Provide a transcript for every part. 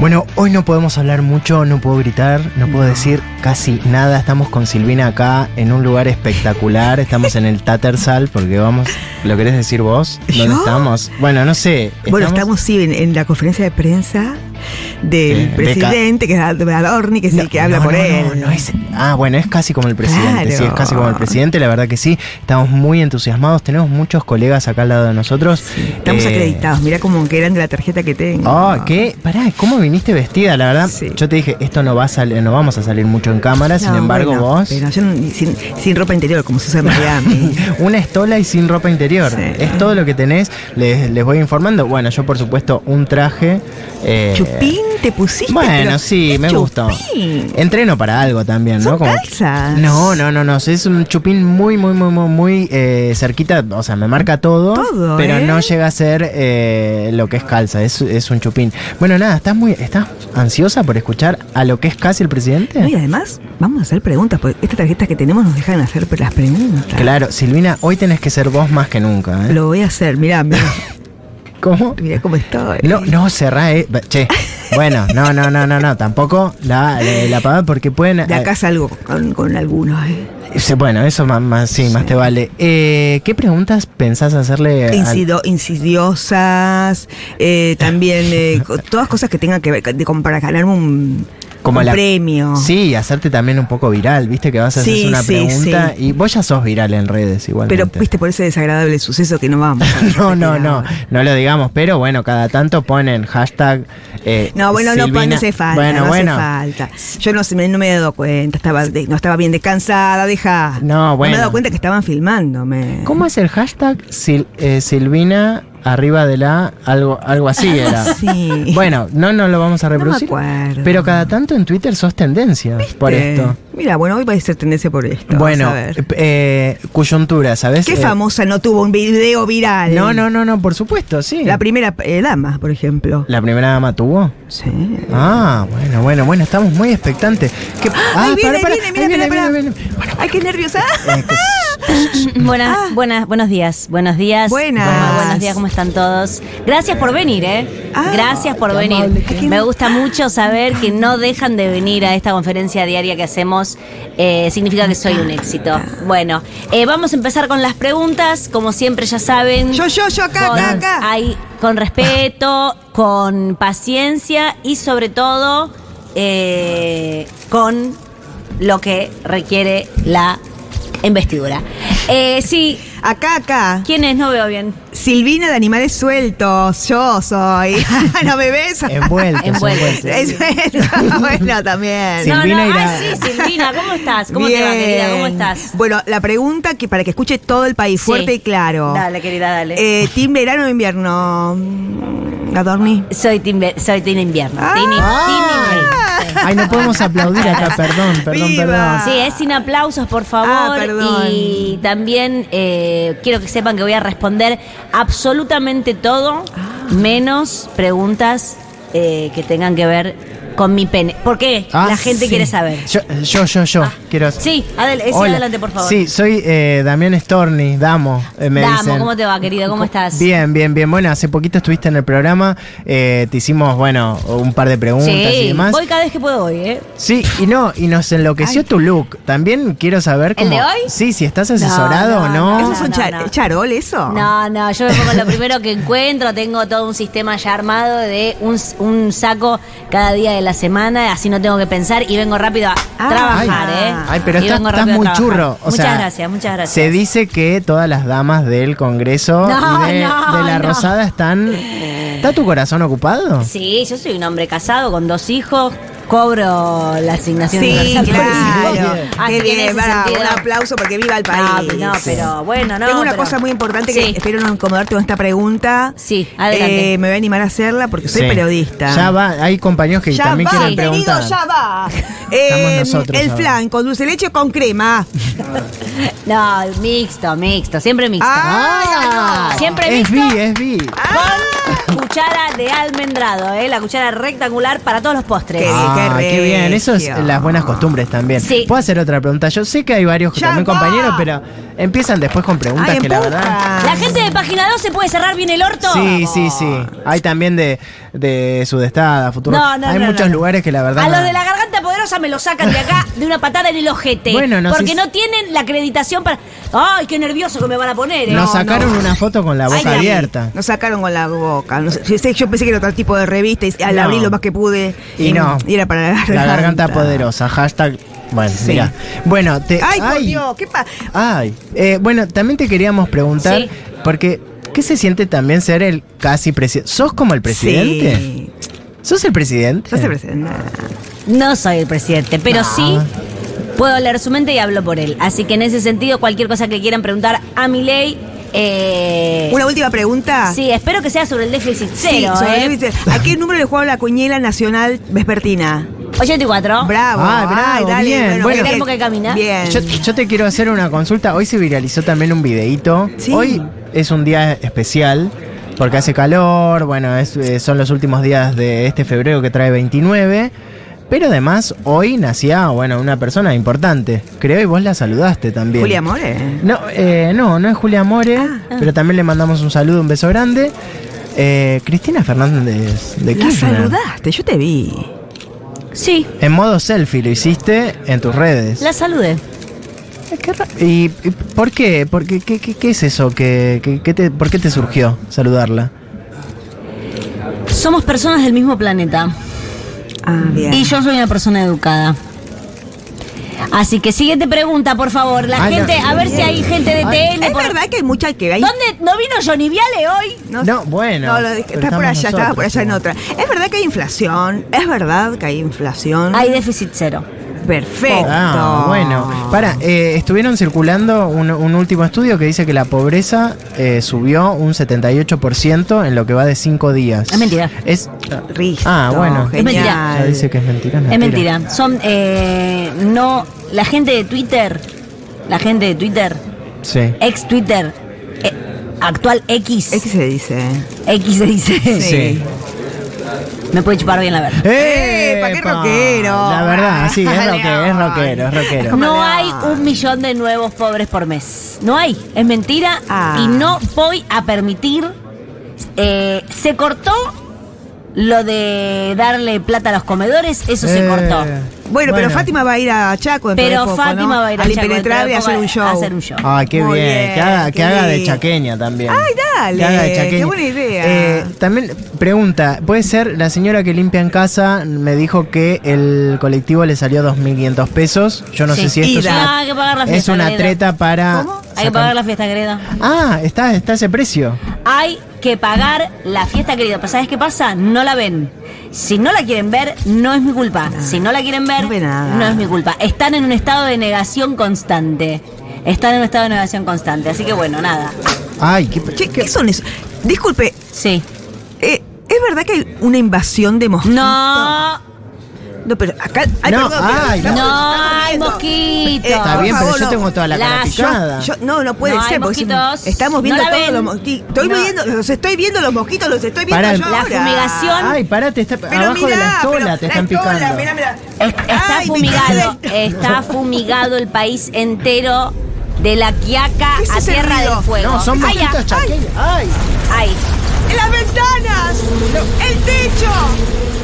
Bueno, hoy no podemos hablar mucho, no puedo gritar, no puedo decir casi nada. Estamos con Silvina acá en un lugar espectacular. Estamos en el Tattersall porque vamos. ¿Lo querés decir vos? ¿Dónde ¿Yo? estamos? Bueno, no sé. Bueno, estamos sí en, en la conferencia de prensa del Eh, Beca. presidente, que es Adorni, que es el No, que habla no, por no, él. no, no es- ah, bueno, es casi como el presidente. Claro. Sí, es casi como el presidente, la verdad que sí. Estamos muy entusiasmados, tenemos muchos colegas acá al lado de nosotros. Estamos Eh, acreditados, mirá como que eran de la tarjeta que tengo. Oh, ¿qué? Pará, ¿cómo viniste vestida? La verdad, Sí. yo te dije, esto no va a salir, no vamos a salir mucho en cámara, sin No, embargo bueno, vos. Eh. pero yo no- sin, sin ropa interior, como se usa en Miami. Una estola y sin ropa interior. Sí. Es todo lo que tenés. Les, les voy informando. Bueno, yo por supuesto un traje. eh, chupín te pusiste. Bueno, pero sí, ¿qué me gustó. Eh. chupín? Entreno para algo también, ¿no? Son calzas. No, no, no, no. Es un chupín muy, muy, muy, muy, muy eh, cerquita. O sea, me marca todo. Todo, pero ¿eh? no llega a ser eh, lo que es calza. Es, es un chupín. Bueno, nada, ¿estás muy estás ansiosa por escuchar a lo que es casi el presidente? No, y además, vamos a hacer preguntas, porque estas tarjetas que tenemos nos dejan hacer las preguntas. Claro, Silvina, hoy tenés que ser vos más que nunca. ¿eh? Lo voy a hacer, mirá, mirá, ¿Cómo? mirá cómo estoy. No, no, cerrá, eh. Ba- Che, bueno, no, no, no, no, no, tampoco la, eh, la apagá porque pueden... De acá salgo con, con algunos. eh. eh, se- bueno, eso más, más- sí, más Sí. te vale. Eh, ¿Qué preguntas pensás hacerle Eh, al- Incido- insidiosas, eh, también eh, co- todas cosas que tengan que ver con- de, como para ganarme un, un la- premio. Sí, hacerte también un poco viral, viste que vas a hacer Sí, una sí, pregunta y vos ya sos viral en redes igual. Pero viste por ese desagradable suceso que no vamos. a No, no, repetir no, ahora. no lo digamos, pero bueno, cada tanto ponen hashtag. eh, No, bueno, no, pues, Silvina- no hace falta, Bueno, no bueno. hace falta. Yo no, se me, no me he dado cuenta, estaba de- no estaba bien descansada, deja. No, me bueno. he dado cuenta que estaban filmándome. ¿Cómo es el hashtag Sil- eh, Silvina arriba de la algo algo así era? Sí. Bueno, no nos lo vamos a me reproducir. acuerdo. Eh, Pero cada tanto en Twitter sos tendencia por esto. Mira, bueno, hoy va a ser tendencia por esto. bueno, vas a ver. eh, coyuntura, ¿sabes? ¿qué famosa no tuvo un video viral? No, no, no, no, por supuesto, sí. La primera eh, dama, por ejemplo. ¿La primera dama tuvo. Sí. Ah, bueno, bueno, bueno, estamos muy expectantes. ¿Qué- Ah, ahí viene, pará, pará, ahí viene, mira, ahí mira, viene, mira. viene, viene. Bueno, Ay, qué nerviosa. eh, que- Buenas, buenas, Mm, buenos días, buenos días. Buenas. Bueno, buenos días, ¿cómo están todos? Gracias por venir, ¿eh? Ah, Gracias por qué venir. amable que- Me gusta mucho saber que no dejan de venir a esta conferencia diaria que hacemos. Eh, significa que soy un éxito. Bueno, eh, vamos a empezar con las preguntas. Como siempre, ya saben. Yo, yo, yo, acá, con, acá, acá. ahí, con respeto, con paciencia y sobre todo eh, con lo que requiere la investidura. Eh, sí, Acá, acá. ¿quién es? No veo bien. Silvina de Animales Sueltos. Yo soy. ¿No me ves? Envueltos, envueltos. Envueltos. Es bueno, bueno, también. Sí, Silvina no, no, irá. ay, sí, Silvina, ¿cómo estás? ¿Cómo te va, Bien. querida? ¿Cómo estás? Bueno, la pregunta que para que escuche todo el país, Sí. fuerte y claro. Dale, querida, dale. Eh, ¿Team verano o invierno? Mm, Adorni. soy Tim soy team Invierno. Ah. team in- team invierno. Ay, no podemos aplaudir acá, perdón, perdón, Viva. perdón. Sí, es sin aplausos, por Ah, favor. perdón. y también eh, quiero que sepan que voy a responder absolutamente todo, Ah. menos preguntas eh, que tengan que ver con mi pene. ¿Por qué? Ah, La gente sí. quiere saber. Ah, Yo, yo, yo, yo quiero. Sí, adel- sí, Hola. adelante, por favor. Sí, soy eh, Damián Storni, Damo, eh, me Damo, dicen. ¿cómo te va, querido? ¿Cómo estás? Bien, bien, bien. Bueno, hace poquito estuviste en el programa, eh, te hicimos, bueno, un par de preguntas y Sí, demás. voy cada vez que puedo hoy, ¿eh? Sí, y no, y nos enloqueció tu look. También quiero saber ¿El cómo. de hoy? Sí, si estás asesorado No, no, o no. ¿Esos son no, cha- no. charol, eso? No, no, yo me pongo lo primero que encuentro, tengo todo un sistema ya armado de un, un saco cada día de la semana, así no tengo que pensar y vengo rápido a Ah. trabajar, Ay, ¿eh? Ay, pero Y estás, vengo estás rápido a muy trabajar. churro. O muchas sea, gracias, muchas gracias. Se dice que todas las damas del Congreso No, y de, no, de la no. Rosada están. ¿Está tu corazón ocupado? Sí, yo soy un hombre casado con dos hijos, cobro la asignación Sí, universal por claro. hijo. Así Qué que en bien, ese bravo, sentido- un aplauso porque viva el Ah, país. no, pero bueno, no. Tengo una pero- cosa muy importante que Sí. espero no incomodarte con esta pregunta. Sí, adelante. Eh, me voy a animar a hacerla porque soy Sí. periodista. Ya va, hay compañeros que Ya también va, quieren querido, preguntar. ya va. Eh, Estamos nosotros el ahora. flan con dulce de leche o con crema. No, mixto, mixto, siempre mixto. Ah, Ah, Siempre es mixto. vi, es vi. Con cuchara de almendrado, ¿eh? la cuchara rectangular para todos los postres. Qué bien. Ah, qué bien, eso es regio. las buenas costumbres también. Sí. Puedo hacer otra pregunta. Yo sé que hay varios Ya también va. compañeros, pero empiezan después con preguntas Ay, que la empuja. verdad. La gente de página 2 se puede cerrar bien el orto. Ah. Sí, sí, sí. Hay también de, de Sudestada, Futuro. No, no, hay no, muchos no. lugares que la verdad. A no- los de la garganta poderosa me lo sacan de acá de una patada en el ojete. Bueno, no, porque si- no tienen la acreditación para. ¡Ay, qué nervioso que me van a poner! ¿eh? Nos sacaron una foto con la Ay, boca la vi. abierta. Nos sacaron con la boca. No sé, yo, sé- yo pensé que era otro tipo de revista y al No. abrir lo más que pude. Y no. Y era para la garganta. La garganta poderosa. Hashtag. Bueno, Sí. mira. Bueno, te. Ay, por Dios, qué pasa. Ay. Eh, bueno, también te queríamos preguntar, Sí. porque. ¿Qué se siente también ser el casi presidente? ¿Sos como el presidente? Sí. ¿Sos el presidente? No se presenta. No soy el presidente, pero No. sí puedo leer su mente y hablo por él. Así que en ese sentido, cualquier cosa que quieran preguntar a mi ley. Eh, Una última pregunta. Sí, espero que sea sobre el déficit cero. sobre ¿eh? el déficit. ¿A qué número le jugaba la cuñela nacional vespertina? 84. Bravo. Ay, Ah, bravo, bien. Bueno. bien. Ah. Tenemos que caminar. Bien. Yo, yo te quiero hacer una consulta. Hoy se viralizó también un videíto. Sí. Hoy es un día especial porque hace calor. Bueno, es, eh, son los últimos días de este febrero que trae 29. Pero además, hoy nacía, bueno, una persona importante. Creo y vos la saludaste también. Julia More. No, eh, no, no es Julia More, pero también le mandamos un saludo, un beso grande. Eh, Cristina Fernández de La Kirchner. saludaste, yo te vi. Sí, En modo selfie lo hiciste en tus redes. la saludé. ¿Y y por qué? ¿Por qué, qué, qué- qué es eso? ¿Qué, qué- qué te, ¿Por qué te surgió saludarla? Somos personas del mismo planeta. Ah, bien. Y yo soy una persona educada. Así que siguiente pregunta, por favor. La Ay, no. gente, a ver si hay gente de Ay. TN. es por- verdad que hay mucha que hay. ¿Dónde no vino Johnny Viale hoy? No, bueno, No, lo dije, pero estás estamos por allá, nosotros, estaba por allá en ¿no? otra. Es verdad que hay inflación. Es verdad que hay inflación. Hay déficit cero. Perfecto. Ah, bueno. Para, eh, estuvieron circulando un, un último estudio que dice que la pobreza eh, subió un 78% en lo que va de 5 días. Es mentira. Es, Risto, Ah, bueno. genial. Es mentira. ya dice que es mentira. Es mentira. Son. eh, no. La gente de Twitter. La gente de Twitter. Sí. Ex Twitter. eh, actual X. Es que X, se dice. se dice. Sí. Me puede chupar bien la verdad. ¡Eh, pa' qué ¡Epa! rockero! La verdad, sí, es León. rockero, es rockero, es rockero. Como No León. hay un millón de nuevos pobres por mes. No hay. Es mentira. Ah. Y no voy a permitir. Eh, se cortó lo de darle plata a los comedores. Eso se Eh, cortó. Bueno, pero Fátima va a ir a Chaco. dentro Pero de poco, Fátima ¿no? va a ir a Al Chaco Impenetrable a dentro hacer de un poco show. a hacer un show. Ay, Ah, qué Muy bien. bien, Que, haga, que qué haga de bien. chaqueña también. Ay, dale, Que haga de qué chaqueña. buena idea. Eh, también, pregunta: ¿puede ser la señora que limpia en casa me dijo que el colectivo le salió 2.500 pesos? Yo no Sí. sé si esto es Ida. una, Ah, hay que pagar la es fiesta, una Greda. treta para. Hay que sacar- pagar la fiesta, Greda. Ah, está, está ese precio. Hay que pagar la fiesta, querido. Pero ¿sabes qué pasa? No la ven. Si no la quieren ver, no es mi culpa. Si no la quieren Ah. ver, No ve nada. no es mi culpa. Están en un estado de negación constante. Están en un estado de negación constante. Así que bueno, nada. Ay, qué. ¿Qué, qué son eso? Disculpe, Sí. eh, ¿es verdad que hay una invasión de mosquitos? No, No, pero acá. Ay, No, perdón, pero ay, estamos- no estamos hay viendo. mosquitos. Eh, Está por bien, pero favor, yo no. tengo toda la, La- cara yo- picada. Yo- no, no puede No hay ser. porque mosquitos. Estamos No viendo la todos ven. los mosquitos. Estoy No. viendo, los estoy viendo los mosquitos, los estoy viendo Pará. yo La ahora. fumigación. Ay, parate, está Pero abajo de la mirá, pero estola te están estola, picando. mirá, mirá. Es- está Ay, me fumigado. encanta. Está fumigado el país entero de la Quiaca ¿Qué es a ese Tierra ruido? del Fuego. No, son Ay, ah, mosquitos chaqueños. Ay. ay. ¡En las ventanas! ¡El techo!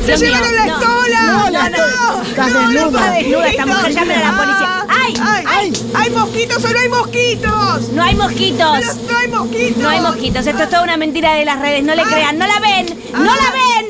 ¡Se Dios llevaron mío, la no, estola! no, la no! estola. Estás no, no, desnuda. no, Desnuda esta mujer, mosquitos. llamen a la policía. ¡Ay, ¡Ay! ay! ¡Hay mosquitos o no hay mosquitos! No hay mosquitos. ¡No hay mosquitos! Ah. No hay mosquitos. Esto es toda una mentira de las redes. No le crean. No la ven. No Ah. la ven.